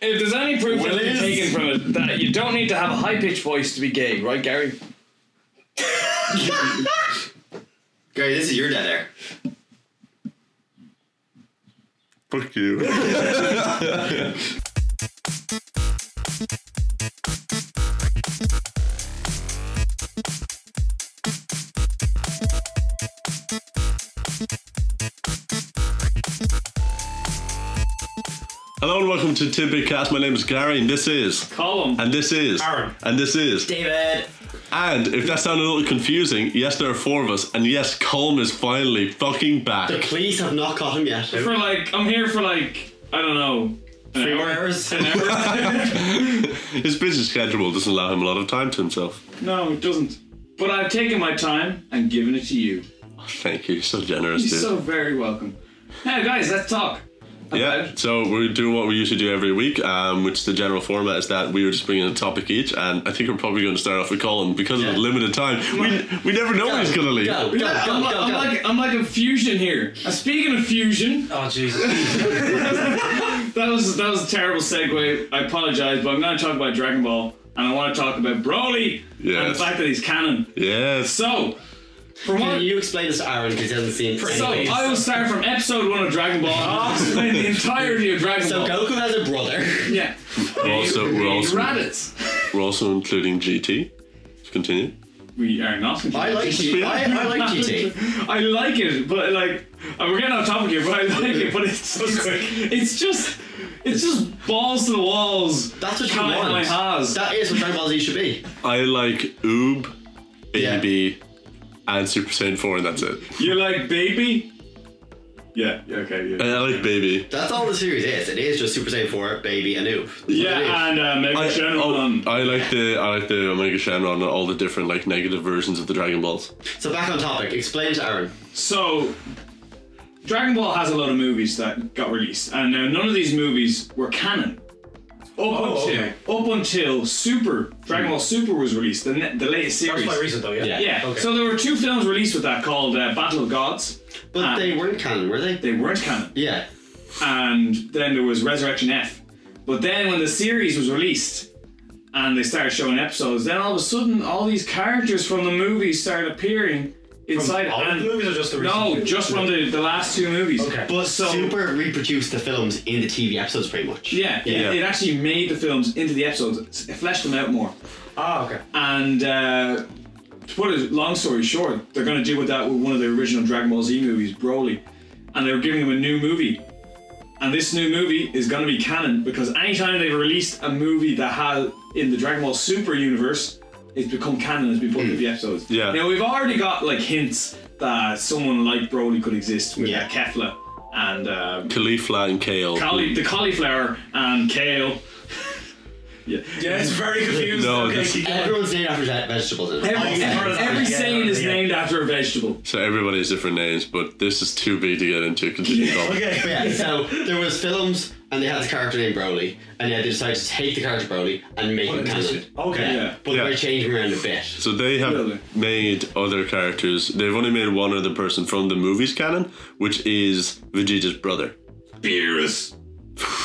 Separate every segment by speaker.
Speaker 1: If there's any proof that's been
Speaker 2: Willies?
Speaker 1: taken from it, that you don't need to have a high pitched voice to be gay, right, Gary?
Speaker 3: Gary, this is your dead air.
Speaker 2: Fuck you. Hello and welcome to Tidbit Cast. My name is Gary, and this is,
Speaker 1: Column.
Speaker 2: and this is,
Speaker 4: Aaron.
Speaker 2: and this is,
Speaker 3: David.
Speaker 2: and if that sounded a little confusing, yes, there are four of us, and yes, Colm is finally fucking back.
Speaker 3: The police have not caught him yet.
Speaker 1: For like, I'm here for like, I don't know. an
Speaker 3: Three
Speaker 1: hour?
Speaker 3: hours.
Speaker 1: An hour?
Speaker 2: His busy schedule doesn't allow him a lot of time to himself.
Speaker 1: no, it doesn't. But I've taken my time and given it to you.
Speaker 2: Thank you, you're so generous,
Speaker 1: You're
Speaker 2: dude.
Speaker 1: so very welcome. Now, guys, let's talk.
Speaker 2: yeah,
Speaker 1: about-
Speaker 2: so we're doing what we usually do every week, um, which the general format is that we were just bringing a topic each, and I think we're probably going to start off with Colin because of
Speaker 3: Yeah.
Speaker 2: the limited time. We, we never know when he's going to leave.
Speaker 3: Go, go, go,
Speaker 1: Yeah, I'm,
Speaker 3: go,
Speaker 1: like,
Speaker 3: go.
Speaker 1: I'm, like, I'm like a fusion here. Uh, speaking of fusion,
Speaker 4: Oh Jesus!
Speaker 1: that was that was a terrible segue. I apologize, but I'm going to talk about Dragon Ball, and I want to talk about Broly and the
Speaker 2: Yes.
Speaker 1: fact that he's canon.
Speaker 2: Yes.
Speaker 1: So, for one,
Speaker 3: Can you explain this to Aaron because he hasn't seen
Speaker 1: so
Speaker 3: any of
Speaker 1: I will start from episode one of Dragon Ball. and I'll explain the entirety of Dragon
Speaker 3: these. So
Speaker 1: Ball.
Speaker 3: Goku has a brother.
Speaker 1: Yeah,
Speaker 2: We're also, we're, also,
Speaker 1: Raditz.
Speaker 2: we're also including GT. Let's continue.
Speaker 1: We are not.
Speaker 3: I like G- I, I like GT.
Speaker 1: I like it, but like and we're getting off topic here, but I like it, but it's so quick. It's just it's just balls to the walls.
Speaker 3: That's what you
Speaker 1: Kinda
Speaker 3: want.
Speaker 1: like Haas.
Speaker 3: That is what Dragon Ball Z should be.
Speaker 2: I like Oob,
Speaker 3: Yeah.
Speaker 2: Baby, and Super Saiyan 4, and that's it.
Speaker 1: You're like baby? Yeah, yeah, okay, yeah.
Speaker 3: Uh,
Speaker 2: And I like Baby.
Speaker 3: That's all the series is. It is just Super Saiyan 4, Baby, and Noob. That's what it is.
Speaker 1: yeah, and uh, maybe
Speaker 2: I,
Speaker 1: Shenron.
Speaker 2: oh, I like the I like the Omega Shenron and all the different like negative versions of the Dragon Balls.
Speaker 1: uh,
Speaker 3: So back on topic. Explain to Aaron.
Speaker 1: So, Dragon Ball has a lot of movies that got released, and now none of these movies were canon. Up
Speaker 4: Oh,
Speaker 1: until
Speaker 4: okay.
Speaker 1: up until Super Dragon Ball Super was released, the ne- the latest
Speaker 4: That was
Speaker 1: series.
Speaker 4: quite recent though, yeah.
Speaker 3: Yeah.
Speaker 1: Yeah.
Speaker 4: Okay.
Speaker 1: So there were two films released with that called uh, Battle of Gods.
Speaker 3: But
Speaker 1: Ah.
Speaker 3: they weren't canon, were they?
Speaker 1: They weren't canon.
Speaker 3: Yeah.
Speaker 1: And then there was Resurrection F. But then when the series was released and they started showing episodes, then all of a sudden all these characters from the movies started appearing inside.
Speaker 4: all
Speaker 1: and-
Speaker 4: the movies or just the recent
Speaker 1: No,
Speaker 4: two?
Speaker 1: just from the, the last two movies.
Speaker 4: Okay.
Speaker 3: But
Speaker 1: So-
Speaker 3: Super reproduced the films in the TV episodes pretty much.
Speaker 1: Yeah, it,
Speaker 2: Yeah.
Speaker 1: it actually made the films into the episodes, it fleshed them out more.
Speaker 4: Ah, okay.
Speaker 1: And uh, to put it long story short, they're going to do with that with one of the original Dragon Ball Z movies, Broly. And they're giving him a new movie. And this new movie is going to be canon because anytime they've released a movie that has in the Dragon Ball Super universe, it's become canon, it's been put into the episodes.
Speaker 2: Mm. Yeah.
Speaker 1: Now we've already got like hints that someone like Broly could exist with
Speaker 3: Yeah.
Speaker 1: yeah. Kefla and uh,
Speaker 2: Cauliflower and Kale.
Speaker 1: cauli- the cauliflower and kale. yeah.
Speaker 4: Yeah, it's very confused.
Speaker 2: No,
Speaker 4: okay,
Speaker 2: this-
Speaker 4: keep going.
Speaker 3: Everyone's named after ve- vegetables. Oh, isn't it?
Speaker 1: Every, every, every
Speaker 4: Yeah,
Speaker 1: Saiyan is
Speaker 4: yeah.
Speaker 1: named after a vegetable.
Speaker 2: So everybody has different names, but this is too big to get into. Continue on.
Speaker 4: Okay.
Speaker 3: But yeah, so there was films and they had this character named Broly, and yeah, they decided to take the character Broly and make him
Speaker 4: it is
Speaker 3: canon.
Speaker 4: it? Okay.
Speaker 1: Yeah.
Speaker 3: But
Speaker 2: Yeah.
Speaker 3: they're changing around a bit.
Speaker 2: So they have
Speaker 1: Really?
Speaker 2: made other characters. They've only made one other person from the movies canon, which is Vegeta's brother.
Speaker 1: Beerus.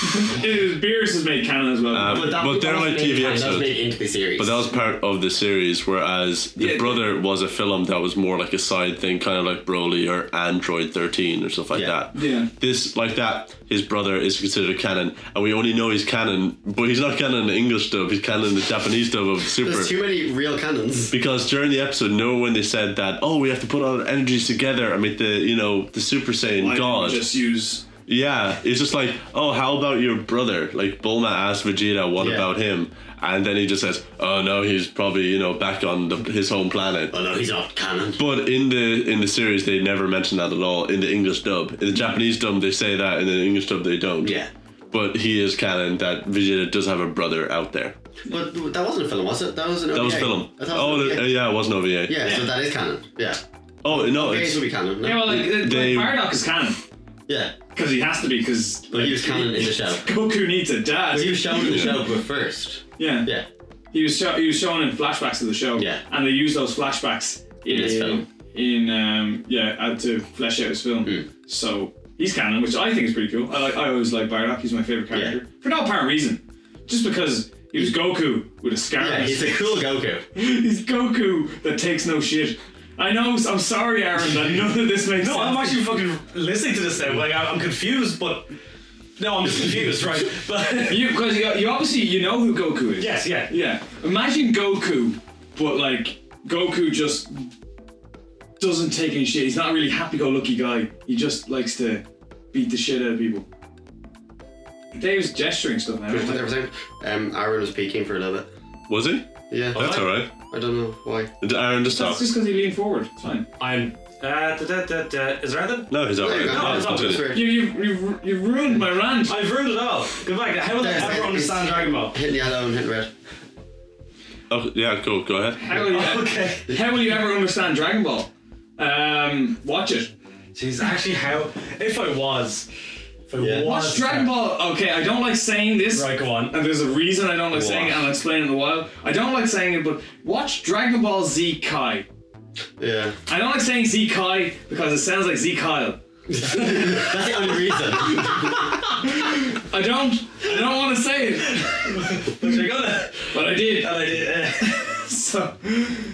Speaker 1: Beerus is made canon as well.
Speaker 2: Um,
Speaker 3: But, that,
Speaker 2: But they're
Speaker 3: that
Speaker 2: like
Speaker 3: wasn't made
Speaker 2: TV
Speaker 3: canon, that was
Speaker 2: episodes.
Speaker 3: made into the series.
Speaker 2: But that was part of the series, whereas the
Speaker 1: Yeah.
Speaker 2: brother was a film that was more like a side thing, kind of like Broly or Android 13 or stuff like
Speaker 3: Yeah.
Speaker 2: that.
Speaker 1: Yeah.
Speaker 2: This, like that, his brother is considered canon, and we only know he's canon, but he's not canon in the English dub, he's canon in the Japanese dub of Super.
Speaker 3: There's too many real canons.
Speaker 2: because during the episode, no when they said that, oh, we have to put all our energies together and make the you know the Super Saiyan
Speaker 1: I
Speaker 2: God.
Speaker 1: Just use.
Speaker 2: Yeah, it's just like, oh, how about your brother? Like Bulma asked Vegeta, what
Speaker 3: Yeah.
Speaker 2: about him? And then he just says, oh no, he's probably you know back on the, his home planet.
Speaker 3: Oh no, he's not canon.
Speaker 2: But in the in the series, they never mention that at all. In the English dub, in the Japanese dub, they say that. In the English dub, they don't.
Speaker 3: Yeah.
Speaker 2: But he is canon that Vegeta does have a brother out there.
Speaker 3: But that wasn't a film, was it? That was an OVA.
Speaker 2: That was a film.
Speaker 3: I thought it
Speaker 2: oh,
Speaker 3: was
Speaker 2: the-
Speaker 3: an
Speaker 2: uh,
Speaker 3: OVA.
Speaker 2: yeah, it was an OVA.
Speaker 3: yeah, so that is canon. Yeah.
Speaker 2: Oh no,
Speaker 3: OVA
Speaker 2: it's
Speaker 3: should be canon. No?
Speaker 1: Yeah, well, like, like
Speaker 2: They-
Speaker 1: Bardock is canon
Speaker 3: yeah.
Speaker 1: because he has to be because
Speaker 3: But
Speaker 1: like,
Speaker 3: he was canon in the show.
Speaker 1: Goku needs a dad.
Speaker 3: But he was shown in the show, but first.
Speaker 1: yeah.
Speaker 3: Yeah.
Speaker 1: he was show, he was shown in flashbacks of the show.
Speaker 3: Yeah.
Speaker 1: and they used those flashbacks in,
Speaker 3: this film.
Speaker 1: In um, yeah, uh, to flesh out his film. So He's canon, which I think is pretty cool. I like. I always like Bardock. He's my favorite character for no apparent reason, just because he was Goku with a scar.
Speaker 3: Yeah,
Speaker 1: on his
Speaker 3: he's a cool Goku.
Speaker 1: He's Goku that takes no shit. I know. I'm sorry, Aaron. That none of this makes
Speaker 4: No,
Speaker 1: sense.
Speaker 4: I'm actually fucking listening to this now. Like, I- I'm confused, but. No, I'm just confused, right? But.
Speaker 1: you because you, you obviously you know who Goku is.
Speaker 4: Yes, yeah.
Speaker 1: Yeah. Imagine Goku, but like Goku just doesn't take any shit. He's not a really happy-go-lucky guy. He just likes to beat the shit out of people. Dave's gesturing stuff now.
Speaker 3: Just whatever time. Um, Aaron was peeking for a little bit.
Speaker 2: Was he?
Speaker 4: Oh,
Speaker 3: Yeah,
Speaker 2: That's all right.
Speaker 3: I don't know why.
Speaker 2: Did Aaron just
Speaker 1: That's
Speaker 2: talk?
Speaker 1: just because he leaned forward. It's fine.
Speaker 4: I'm. Uh, da, da, da, da. Is there anything?
Speaker 2: No, he's all right. Oh,
Speaker 3: No,
Speaker 2: Yeah,
Speaker 4: it's not
Speaker 2: continue.
Speaker 3: Sorry.
Speaker 1: You you you you ruined my rant.
Speaker 4: I've ruined it all. Go back. How will I
Speaker 3: There's-
Speaker 4: ever understand Dragon Ball?
Speaker 3: Hitting yellow and hitting red.
Speaker 2: Oh, yeah, cool. Go ahead.
Speaker 1: How will you,
Speaker 4: Okay.
Speaker 1: how will you ever understand Dragon Ball? Um, watch it.
Speaker 4: Jeez, actually, how. If I was. If I
Speaker 3: Yeah.
Speaker 4: was.
Speaker 1: Watch Dragon Ball. Okay, I don't like saying this.
Speaker 4: Right, go on.
Speaker 1: And there's a reason I don't like saying it,
Speaker 4: Watch.
Speaker 1: and I'll explain in a while. I don't like saying it, but watch Dragon Ball Z Kai.
Speaker 3: Yeah.
Speaker 1: I don't like saying Z Kai because it sounds like Z Kyle.
Speaker 3: That's the only reason.
Speaker 1: I don't, I don't want to say it,
Speaker 4: You're gonna.
Speaker 1: but I did.
Speaker 4: And I did. Uh,
Speaker 1: So,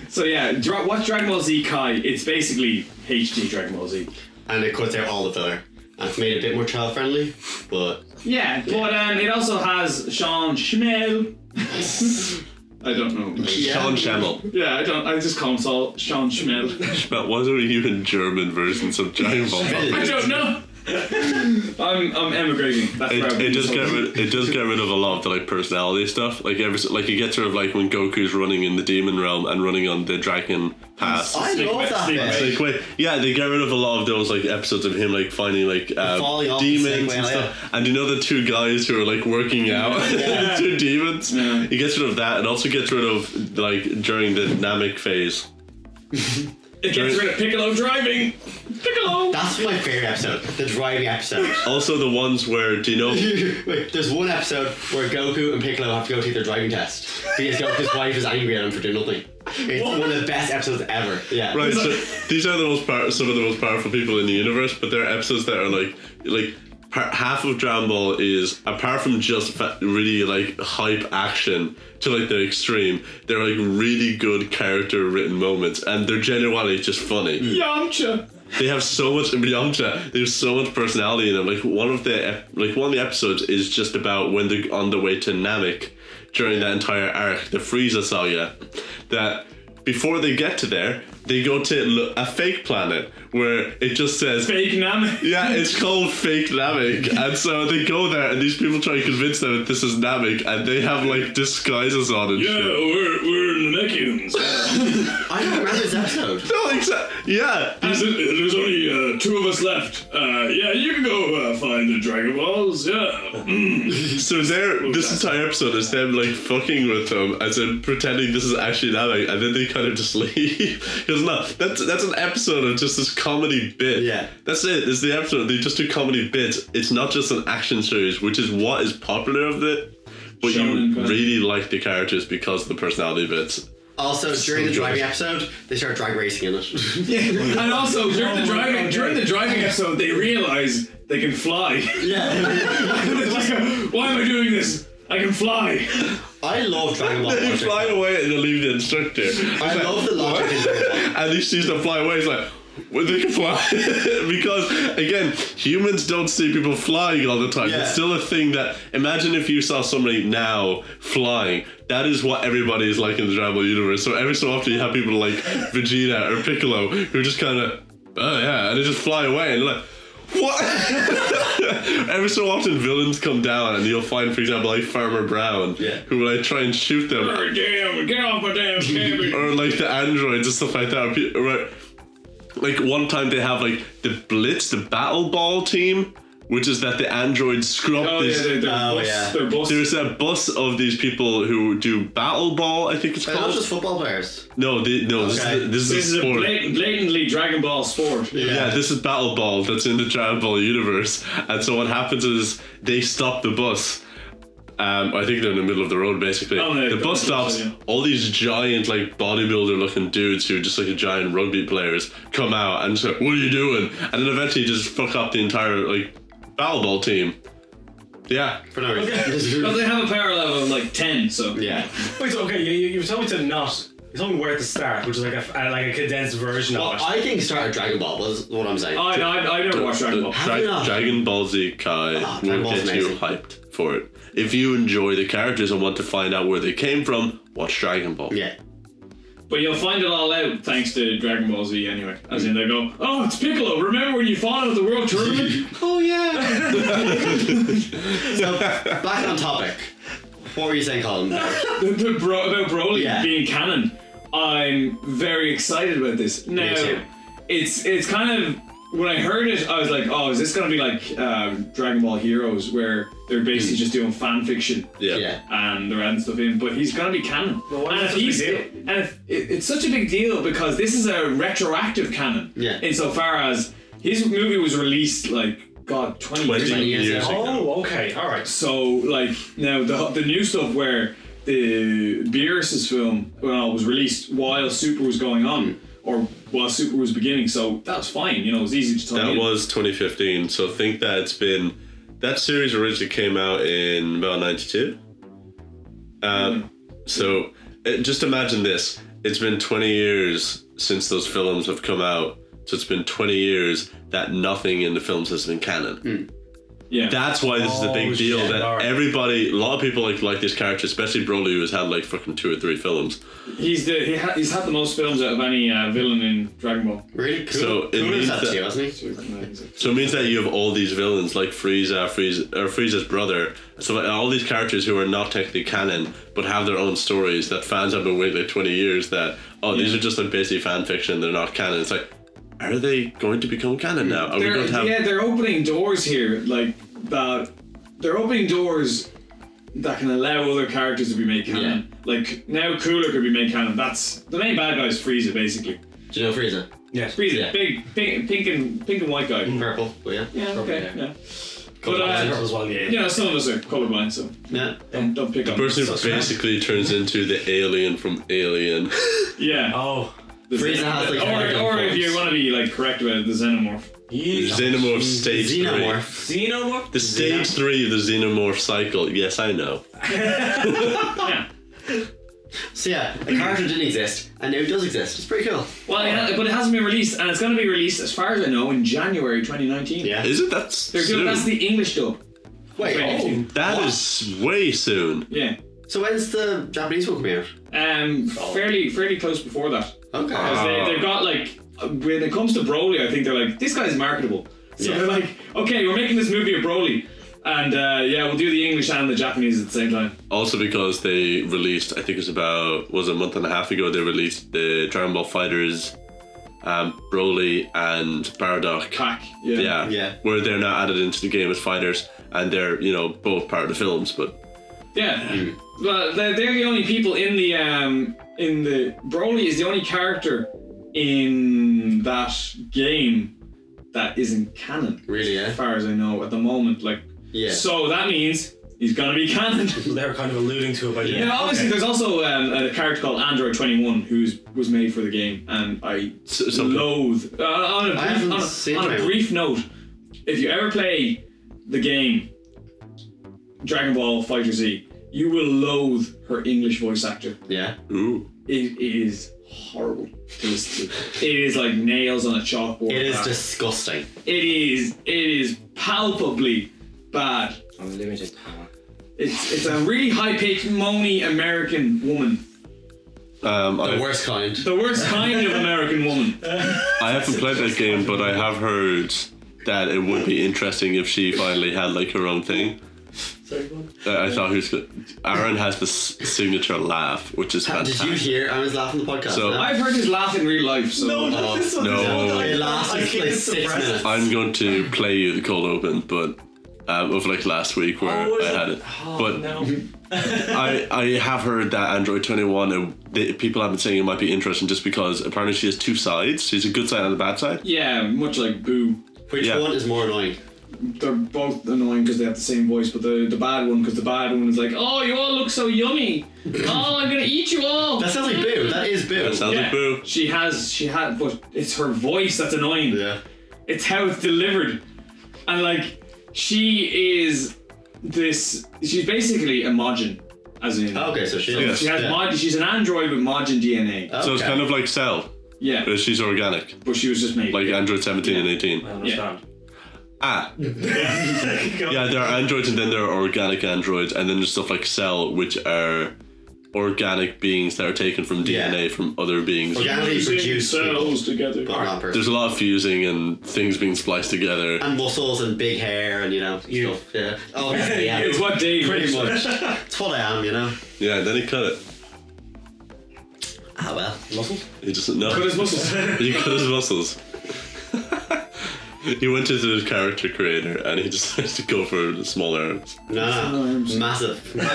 Speaker 1: so yeah, dra- watch Dragon Ball Z Kai. It's basically HD Dragon Ball Z.
Speaker 3: and it cuts out all the filler. And it's made it a bit more child friendly, but
Speaker 1: Yeah, but um, it also has Sean Schmel. I don't know.
Speaker 2: Sean Schemmel.
Speaker 1: Yeah, I don't. I just call him Saul- Sean Schmel.
Speaker 2: Schmel, why are you in German versions of Dragon Ball?
Speaker 1: I
Speaker 2: It,
Speaker 1: don't know. I'm I'm emigrating. That's where I'm
Speaker 2: it does get rid. It does get rid of a lot of the like personality stuff. Like every s- like you get sort of like when Goku's running in the demon realm and running on the dragon path.
Speaker 3: I
Speaker 1: Sneak
Speaker 3: love
Speaker 1: back,
Speaker 3: that
Speaker 1: sneak
Speaker 3: bit.
Speaker 1: back.
Speaker 2: Like wait, yeah, they get rid of a lot of those like episodes of him like finding like um,
Speaker 3: falling off the
Speaker 2: demons
Speaker 3: Segway,
Speaker 2: and
Speaker 3: yeah.
Speaker 2: stuff. And you know the two guys who are like working out, the two demons.
Speaker 1: Yeah.
Speaker 2: He gets rid of that, and also gets rid of like during the Namek phase.
Speaker 1: It gets rid of Piccolo driving. Piccolo.
Speaker 3: That's my favorite episode, the driving episode.
Speaker 2: Also the ones where do you know?
Speaker 3: Wait, there's one episode where Goku and Piccolo have to go take their driving test because Goku's wife is angry at him for doing nothing. It's one of the best episodes ever. Yeah.
Speaker 2: Right, so these are the most power, some of the most powerful people in the universe, but there are episodes that are like like par- half of Dragon Ball is apart from just fa- really like hype action to like the extreme. They're like really good character written moments, and they're genuinely just funny.
Speaker 1: Yamcha.
Speaker 2: They have so much Yamcha. They have so much personality in them. Like one of the ep- like one of the episodes is just about when they're on the way to Namek during that entire arc, the Frieza saga. That before they get to there, they go to lo- a fake planet where it just says
Speaker 1: Fake Namek.
Speaker 2: yeah, it's called fake Namek. And so they go there, and these people try to convince them that this is Namek, and they have like disguises on and shit.
Speaker 1: we're we're in the Nekians.
Speaker 3: I don't remember this episode.
Speaker 2: No, exa- yeah,
Speaker 1: There's, there's only uh, two of us left. Uh, yeah, you can go uh, find the Dragon Balls. Yeah. Mm.
Speaker 2: So there, this entire episode is them like fucking with them, as in pretending this is actually Namek, and then they kind of just leave. Because no, that's that's an episode of just this comedy bit.
Speaker 3: Yeah.
Speaker 2: that's it. It's the episode. They just do comedy bits. It's not just an action series, which is what is popular of it. But
Speaker 1: Shonen,
Speaker 2: you
Speaker 1: but-
Speaker 2: really like the characters because of the personality bits.
Speaker 3: Also, during the
Speaker 2: good.
Speaker 3: driving episode, they start drag racing in it.
Speaker 1: and also during
Speaker 4: Oh
Speaker 1: the
Speaker 4: my
Speaker 1: driving
Speaker 4: God,
Speaker 1: during
Speaker 4: yeah.
Speaker 1: the driving episode, they realize they can fly.
Speaker 3: yeah.
Speaker 1: It's like, Why am I doing this? I can fly.
Speaker 3: I love Dragon Ball.
Speaker 2: They
Speaker 3: logic.
Speaker 2: fly away and they leave the instructor,
Speaker 3: I love the logic in Dragon Ball.
Speaker 2: and he sees them fly away. He's like. Well, they can fly because again, humans don't see people flying all the time.
Speaker 3: Yeah.
Speaker 2: It's still a thing that imagine if you saw somebody now flying. That is what everybody is like in the Dragon Ball universe. So every so often you have people like Vegeta or Piccolo who just kind of, oh yeah, and they just fly away and like. What? Every so often, villains come down, and you'll find, for example, like Farmer Brown,
Speaker 3: Yeah.
Speaker 2: who will like try and shoot them,
Speaker 1: Damn, get off my damn camera.
Speaker 2: or like the androids and stuff like that. Pe- Right. Like one time they have like the Blitz, the Battle Ball team, which is that the androids scrub
Speaker 1: Oh yeah,
Speaker 2: this.
Speaker 1: they're, they're
Speaker 3: Oh,
Speaker 1: bus,
Speaker 3: yeah.
Speaker 1: they're bus.
Speaker 2: there's a bus of these people who do Battle Ball, I think it's
Speaker 3: They're not
Speaker 2: called.
Speaker 3: just football players.
Speaker 2: No, they, no, this,
Speaker 3: Okay.
Speaker 2: is, this,
Speaker 1: this is
Speaker 2: is a
Speaker 1: a
Speaker 2: sport.
Speaker 1: blatant, blatantly Dragon Ball sport.
Speaker 2: Yeah, this is Battle Ball that's in the Dragon Ball universe. And so what happens is they stop the bus Um, I think they're in the middle of the road, basically.
Speaker 1: Oh, no,
Speaker 2: the bus
Speaker 1: gotcha,
Speaker 2: stops.
Speaker 1: yeah.
Speaker 2: All these giant, like bodybuilder-looking dudes who are just like giant rugby players come out and just go, "What are you doing?" And then eventually just fuck up the entire like battle ball team. Yeah,
Speaker 3: For no reason.
Speaker 1: But they have a power level of like 10, so.
Speaker 3: yeah.
Speaker 4: Wait, so, okay, you, you you told me to not. You told me where to start, which is like a, a- like a condensed version
Speaker 3: Well,
Speaker 4: of it.
Speaker 3: I think start at Dragon Ball was what I'm saying.
Speaker 2: Oh,
Speaker 1: I, I, I never watched Dragon Ball.
Speaker 2: Dra-
Speaker 3: Have you not?
Speaker 2: Dragon Ball Z Kai
Speaker 3: Oh, Dragon
Speaker 2: will
Speaker 3: Ball's
Speaker 2: get you
Speaker 3: amazing.
Speaker 2: hyped for it. If you enjoy the characters and want to find out where they came from, watch Dragon Ball.
Speaker 3: yeah.
Speaker 1: But you'll find it all out thanks to Dragon Ball Z anyway. As in, they go, oh, it's Piccolo. Remember when you fought him at the World Tournament?
Speaker 3: Oh yeah. so back on topic. What were you saying, Colin?
Speaker 1: The- the Bro- about Broly
Speaker 3: Yeah.
Speaker 1: being canon. I'm very excited about this. Now,
Speaker 3: too.
Speaker 1: it's it's kind of when I heard it, I was like, oh, is this gonna be like um, Dragon Ball Heroes, where they're basically
Speaker 3: Hmm.
Speaker 1: just doing fan fiction
Speaker 2: Yeah.
Speaker 3: yeah.
Speaker 1: and they're adding stuff in? But he's gonna be canon.
Speaker 4: Well, why is
Speaker 1: and if
Speaker 4: it such a
Speaker 1: he's
Speaker 4: big deal?
Speaker 1: and if, it, it's such a big deal because this is a retroactive canon.
Speaker 3: Yeah.
Speaker 1: Insofar as his movie was released like God twenty, years ago.
Speaker 2: Twenty
Speaker 3: years
Speaker 2: years,
Speaker 3: ago.
Speaker 2: ago.
Speaker 4: Oh, okay, alright.
Speaker 1: So like now the the new stuff where the Beerus's film well was released while Super was going on or while Super was beginning, so that was fine. You know, it was easy to tell.
Speaker 2: That was 2015. So think that it's been that series originally came out in about 92. Um, so it, just imagine this: it's been 20 years since those films have come out. So it's been 20 years that nothing in the films has been canon.
Speaker 1: yeah.
Speaker 2: That's why this is the
Speaker 4: Oh,
Speaker 2: big deal.
Speaker 4: shit,
Speaker 2: That
Speaker 4: alright.
Speaker 2: everybody, a lot of people like like this character, especially Broly, who's had like fucking two or three films.
Speaker 1: he's the he ha- he's had the most films out of any uh, villain in Dragon Ball.
Speaker 3: Really cool.
Speaker 2: So it
Speaker 3: cool
Speaker 2: means
Speaker 3: that
Speaker 2: that-
Speaker 3: to you, hasn't he?
Speaker 2: So it means that you have all these villains like Frieza, Frieza, or Frieza's brother, so like, all these characters who are not technically canon but have their own stories that fans have been waiting like twenty years. That oh, these are just like basically fan fiction. They're not canon. It's like, are they going to become canon now? Are we
Speaker 1: They're,
Speaker 2: going to have?
Speaker 1: yeah, they're opening doors here, like that. They're opening doors that can allow other characters to be made canon. Like now, Cooler could be made canon. That's the main bad guy is Frieza, basically.
Speaker 3: Do you know Frieza?
Speaker 4: Yes.
Speaker 1: Freeze
Speaker 3: Yeah. Mm.
Speaker 1: big, big, pink and pink and white guy.
Speaker 3: Purple. But Oh, yeah.
Speaker 1: Yeah,
Speaker 3: Purple,
Speaker 1: okay, yeah. But
Speaker 3: Cool.
Speaker 1: uh,
Speaker 4: Purple's one, yeah.
Speaker 1: you know, some of us are colorblind, so
Speaker 3: Yeah.
Speaker 1: don't, don't pick on.
Speaker 2: Person who
Speaker 1: us.
Speaker 2: basically turns into the alien from Alien.
Speaker 1: yeah.
Speaker 4: Oh.
Speaker 3: Frieza has like
Speaker 1: Or,
Speaker 3: Dragon
Speaker 1: or if
Speaker 3: forms.
Speaker 1: you want to be like correct about it, the xenomorph.
Speaker 2: Xenomorph stage three.
Speaker 3: Xenomorph.
Speaker 4: Xenomorph?
Speaker 2: The stage three of the xenomorph cycle. Yes, I know.
Speaker 1: Yeah.
Speaker 3: So yeah, a character didn't exist, and now it does exist. It's pretty cool.
Speaker 1: Well, it ha- but it hasn't been released, and it's going to be released, as far as I know, in January 2019.
Speaker 3: Yeah.
Speaker 2: Is it? That's
Speaker 1: They're
Speaker 2: soon.
Speaker 1: good. That's the English dub.
Speaker 3: Wait. Oh.
Speaker 2: That is way soon.
Speaker 1: Yeah.
Speaker 3: So when's the Japanese one coming out?
Speaker 1: Um, fairly, fairly close before that.
Speaker 3: Okay.
Speaker 1: 'Cause
Speaker 2: Oh.
Speaker 1: They, they've got like, when it comes to Broly, I think they're like, this guy's marketable. So
Speaker 3: Yeah.
Speaker 1: they're like, okay, we're making this movie of Broly, and uh, yeah, we'll do the English and the Japanese at the same time.
Speaker 2: Also because they released, I think it was about was it a month and a half ago. They released the Dragon Ball Fighters, um, Broly and Bardock.
Speaker 1: Pack.
Speaker 2: Yeah.
Speaker 3: Yeah.
Speaker 2: Where they're now added into the game as fighters, and they're you know both part of the films, but
Speaker 1: Yeah. Well, they're, they're the only people in the um in the Broly is the only character in that game that isn't canon,
Speaker 3: Really? Yeah.
Speaker 1: as far as I know at the moment. Like,
Speaker 3: Yeah.
Speaker 1: so that means he's gonna be canon.
Speaker 4: They were kind of alluding to it by
Speaker 1: Yeah, obviously,
Speaker 4: Okay.
Speaker 1: there's also um, a character called Android 21 who's was made for the game, and I
Speaker 2: S- something.
Speaker 1: loathe. Uh, on a
Speaker 3: I
Speaker 1: brief,
Speaker 3: haven't
Speaker 1: on
Speaker 3: seen
Speaker 1: a, on a
Speaker 3: that.
Speaker 1: brief note, if you ever play the game Dragon Ball Fighter Z, you will loathe her English voice actor.
Speaker 3: Yeah.
Speaker 2: ooh,
Speaker 1: It is horrible to listen to. It is like nails on a chalkboard.
Speaker 3: It is
Speaker 1: Uh,
Speaker 3: disgusting.
Speaker 1: It is. It is palpably bad.
Speaker 3: Unlimited power.
Speaker 1: It's it's a really high pitched moany American woman.
Speaker 2: um,
Speaker 3: The
Speaker 2: I,
Speaker 3: worst kind.
Speaker 1: The worst kind of American woman.
Speaker 2: I haven't played that game, but I have heard that it would be interesting if she finally had like her own thing.
Speaker 4: Sorry, go on.
Speaker 2: Uh, I thought who's Aaron has this signature laugh, which is
Speaker 3: Did you
Speaker 2: fantastic.
Speaker 3: hear? I was laughing the podcast.
Speaker 2: So-
Speaker 3: no?
Speaker 1: I've heard his laugh in real life, so uh,
Speaker 4: No, not this one.
Speaker 2: No.
Speaker 4: This one that I-
Speaker 3: Oh, It lasted
Speaker 4: I
Speaker 3: like
Speaker 4: keep it
Speaker 3: six
Speaker 4: suppressed.
Speaker 3: minutes.
Speaker 2: I'm going to play you the cold open, but um, of like last week where
Speaker 4: Oh, is
Speaker 2: I
Speaker 4: it?
Speaker 2: had it.
Speaker 4: Oh,
Speaker 2: but
Speaker 4: no.
Speaker 2: I, I have heard that Android 21, and the, people have been saying it might be interesting just because apparently she has two sides. She's a good side and a bad side.
Speaker 1: yeah, much like Boo.
Speaker 3: Which
Speaker 2: Yeah.
Speaker 3: one is more annoying?
Speaker 1: they're both annoying because they have the same voice, but the the bad one because the bad one is like, oh, you all look so yummy. Oh, I'm gonna eat you all.
Speaker 3: That sounds like Boo. That is Boo.
Speaker 2: That sounds
Speaker 1: Yeah.
Speaker 2: like boo.
Speaker 1: She has, she had, but it's her voice that's annoying.
Speaker 2: Yeah.
Speaker 1: It's how it's delivered, and like she is this. She's basically a Majin, as in
Speaker 2: Oh,
Speaker 3: Oh, okay, so she.
Speaker 2: Yes.
Speaker 1: she has
Speaker 3: yeah.
Speaker 1: Majin. She's an android with Majin DNA.
Speaker 2: So
Speaker 3: Okay.
Speaker 2: it's kind of like Cell,
Speaker 1: yeah,
Speaker 2: but she's organic,
Speaker 1: but she was just made.
Speaker 2: like Android 17 and 18.
Speaker 4: I understand.
Speaker 2: Ah,
Speaker 4: Go.
Speaker 2: yeah, there are androids and then there are organic androids, and then there's stuff like Cell, which are organic beings that are taken from
Speaker 3: Yeah.
Speaker 2: DNA from other beings.
Speaker 3: organically produced people,
Speaker 1: cells together.
Speaker 3: but not person.
Speaker 2: There's a lot of fusing and things being spliced together.
Speaker 3: And muscles and big hair and you know
Speaker 4: You.
Speaker 3: stuff. Yeah. Oh yeah.
Speaker 1: It's what Dave.
Speaker 3: Pretty
Speaker 1: looks like.
Speaker 3: much. It's what I am, you know.
Speaker 2: Yeah, then he cut it.
Speaker 3: Ah well. Muscles.
Speaker 2: He just no.
Speaker 1: Cut his muscles.
Speaker 2: He cut his muscles. he went into his character creator and he decided to go for smaller arms.
Speaker 3: No, no. Massive.
Speaker 1: My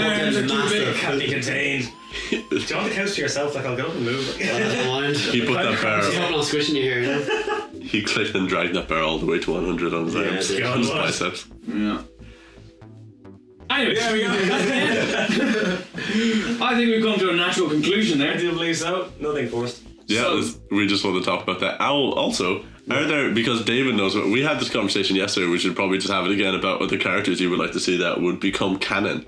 Speaker 1: hands are too
Speaker 3: Massive.
Speaker 1: big.
Speaker 4: Can't be contained. Do you want the couch to yourself? Like I'll go up and move.
Speaker 3: I don't mind.
Speaker 2: He put that
Speaker 3: I'm
Speaker 2: barrel.
Speaker 3: not squishing you here. You know?
Speaker 2: He clicked and dragged that barrel all the way to 100 on his arms,
Speaker 3: dude.
Speaker 2: on his biceps.
Speaker 1: Yeah. Anyway, there we go. I think we've come to a natural conclusion
Speaker 4: I
Speaker 1: there.
Speaker 4: do believe so. Nothing forced.
Speaker 2: Yeah,
Speaker 1: So-
Speaker 2: let's- we just want to talk about that. Owl also. Are there because David knows what we had this conversation yesterday? We should probably just have it again about what the characters you would like to see that would become canon.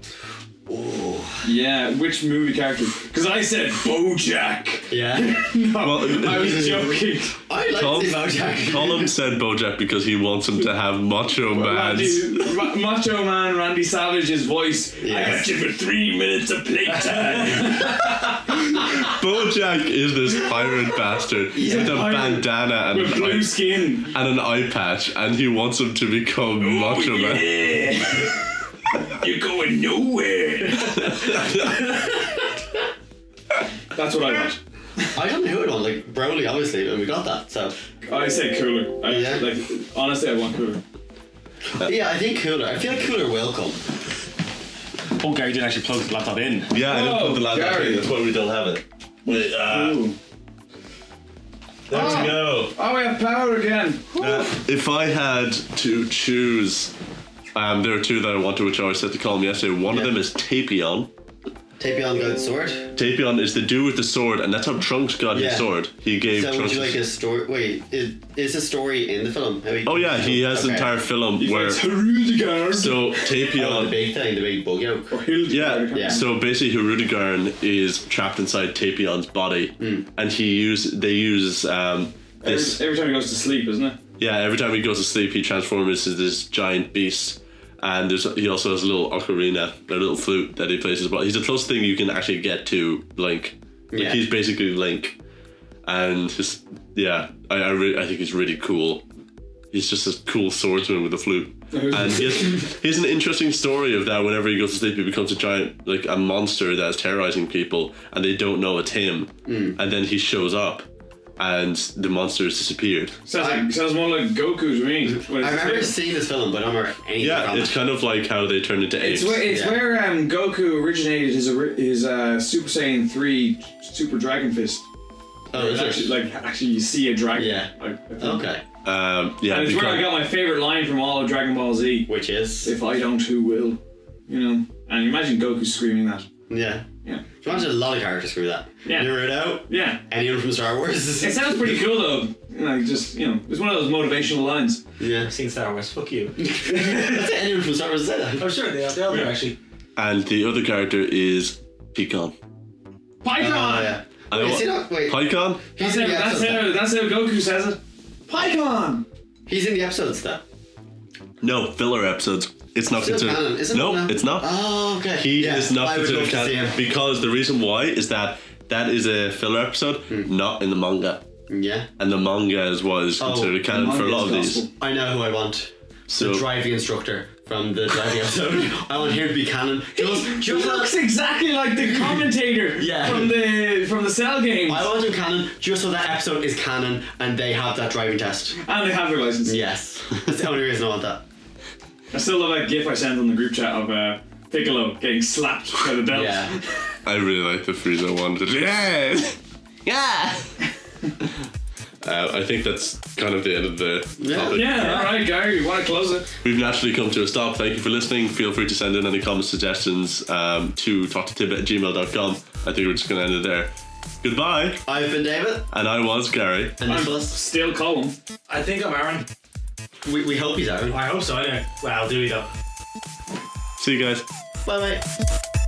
Speaker 1: Yeah, which movie character? Because I said BoJack.
Speaker 3: Yeah.
Speaker 2: Well,
Speaker 1: I was joking.
Speaker 3: I like
Speaker 2: Tom-
Speaker 3: to see Bojack.
Speaker 2: Colum said BoJack because he wants him to have macho man's
Speaker 1: Randy, Ma- Macho Man Randy Savage's voice. I
Speaker 3: Yeah.
Speaker 1: got you for three minutes of playtime.
Speaker 2: BoJack is this pirate bastard with a
Speaker 1: pirate.
Speaker 2: bandana and
Speaker 1: With
Speaker 2: an,
Speaker 1: blue
Speaker 2: eye,
Speaker 1: skin.
Speaker 2: and an eye patch, and he wants him to become Macho Man.
Speaker 1: Yeah. You're going nowhere. That's what I want.
Speaker 3: I don't know who it was. Like Broly, obviously, and we got that. So
Speaker 1: I said cooler. I,
Speaker 3: Yeah.
Speaker 1: like, honestly, I want cooler.
Speaker 2: Uh,
Speaker 3: yeah, I think cooler. I feel like cooler will come.
Speaker 4: Oh, Gary didn't actually plug the laptop in.
Speaker 2: Yeah, I didn't
Speaker 1: Whoa,
Speaker 2: put the lad
Speaker 1: Gary.
Speaker 2: in. That's why we don't have it. Wait, uh,
Speaker 1: Ooh.
Speaker 2: there we go.
Speaker 1: Oh, we have power again.
Speaker 2: Uh, Ah. if I had to choose, um, there are two that I wanted, which I always said to Colm yesterday. One of
Speaker 3: Yeah.
Speaker 2: them is Tapion.
Speaker 3: Tapion got the sword.
Speaker 2: Tapion is the dude with the sword, and that's how Trunks got his
Speaker 3: Yeah.
Speaker 2: sword. He gave
Speaker 3: So would
Speaker 2: Trunks.
Speaker 3: you like a story? Wait, is, is a story in the film? How he-
Speaker 2: oh yeah, he has an
Speaker 3: Okay.
Speaker 2: entire film where
Speaker 1: It's Herudigar.
Speaker 2: so
Speaker 3: Oh, the
Speaker 2: Tapion.
Speaker 3: big thing, the big bug out.
Speaker 2: Yeah.
Speaker 1: Hildegard.
Speaker 3: Yeah.
Speaker 2: So basically, Hirudigarn is trapped inside Tapion's body, and he use they use um, this.
Speaker 1: Every, every time he goes to sleep, isn't it?
Speaker 2: Yeah, every time he goes to sleep, he transforms into this giant beast. And there's, he also has a little ocarina, a little flute that he plays as well. He's the closest thing you can actually get to Link. Like,
Speaker 3: Yeah.
Speaker 2: He's basically Link. And his, yeah, I I, re- I think he's really cool. He's just a cool swordsman with a flute. And he has, he has an interesting story of that whenever he goes to sleep, he becomes a giant, like a monster that's terrorizing people, and they don't know it's him.
Speaker 3: Hmm.
Speaker 2: And then he shows up, and the monster has disappeared.
Speaker 1: Sounds, like, sounds more like Goku to me. When
Speaker 3: I
Speaker 1: it's
Speaker 3: remember
Speaker 1: asleep.
Speaker 3: seeing this film, but I don't remember anything
Speaker 2: Yeah,
Speaker 3: from
Speaker 2: it's
Speaker 3: it.
Speaker 2: kind of like how they turned into apes.
Speaker 1: It's where, it's
Speaker 3: Yeah.
Speaker 1: where um, Goku originated his ori- his uh, Super Saiyan three Super Dragon Fist.
Speaker 3: Oh, is it?
Speaker 1: Actually, like actually, you see a dragon.
Speaker 3: Yeah.
Speaker 1: I- I think.
Speaker 3: okay.
Speaker 2: um, yeah,
Speaker 1: And it's where I got my favorite line from all of Dragon Ball Z:
Speaker 3: Which is
Speaker 1: "If I don't, who will?" You know. And imagine Goku screaming that.
Speaker 3: yeah.
Speaker 1: Yeah.
Speaker 3: You imagine a lot of characters screw that.
Speaker 1: Yeah.
Speaker 3: Naruto.
Speaker 1: Yeah.
Speaker 3: Anyone from Star Wars?
Speaker 1: It sounds pretty cool though. Like just you know, it's one of those motivational lines.
Speaker 3: yeah.
Speaker 4: I've seen Star Wars. Fuck you.
Speaker 3: That's it. Anyone from Star Wars said that.
Speaker 2: Uh,
Speaker 4: I'm sure they are. They are there actually.
Speaker 2: and the other character is Picon.
Speaker 1: Python.
Speaker 3: Oh, yeah.
Speaker 2: I
Speaker 3: Wait,
Speaker 2: wa-
Speaker 3: see that? Wait.
Speaker 2: Pycon?
Speaker 3: He's
Speaker 1: That's
Speaker 3: in
Speaker 1: how,
Speaker 3: the
Speaker 1: that's,
Speaker 3: episodes.
Speaker 1: how,
Speaker 3: though.
Speaker 1: that's how Goku says it. Python.
Speaker 3: He's in the episodes though.
Speaker 2: No, filler episodes. It's not
Speaker 3: Still
Speaker 2: considered.
Speaker 3: canon, isn't
Speaker 2: no,
Speaker 3: it? now?
Speaker 2: it's not.
Speaker 3: Oh, okay.
Speaker 2: he
Speaker 3: Yeah,
Speaker 2: is not
Speaker 3: I would
Speaker 2: considered
Speaker 3: love to see
Speaker 2: canon
Speaker 3: him.
Speaker 2: because the reason why is that that is a filler episode,
Speaker 3: Hmm.
Speaker 2: not in the manga.
Speaker 3: Yeah.
Speaker 2: And the manga is what is
Speaker 3: Oh,
Speaker 2: considered canon for a lot of these.
Speaker 1: gospel.
Speaker 3: I know who I want.
Speaker 2: So
Speaker 3: the driving instructor from the driving episode. I want him to be canon. Just,
Speaker 1: He
Speaker 3: just
Speaker 1: looks exactly like the commentator
Speaker 3: Yeah.
Speaker 1: from the from the Cell games,
Speaker 3: I want him canon just so that episode is canon and they have that driving test.
Speaker 1: and they have their license.
Speaker 3: Yes. That's the only reason I want that.
Speaker 1: I still love that GIF I sent on the group chat of uh, Piccolo getting slapped by the belt.
Speaker 3: Yeah.
Speaker 2: I really like the Frieza one. Yeah! yeah! Uh, I think that's kind of the end of the topic.
Speaker 1: Yeah, all right, Gary, you want to close it?
Speaker 2: We've naturally come to a stop. Thank you for listening. Feel free to send in any comments, suggestions um, to talktotibet at gmail.com. I think we're just going to end it there. Goodbye.
Speaker 3: I've been David,
Speaker 2: And I was Gary.
Speaker 3: and this was.
Speaker 1: Still Colin.
Speaker 4: I think I'm Aaron.
Speaker 3: We, we hope he's out.
Speaker 4: I hope so. Anyway, well, do we though?
Speaker 2: See you guys.
Speaker 3: Bye, mate.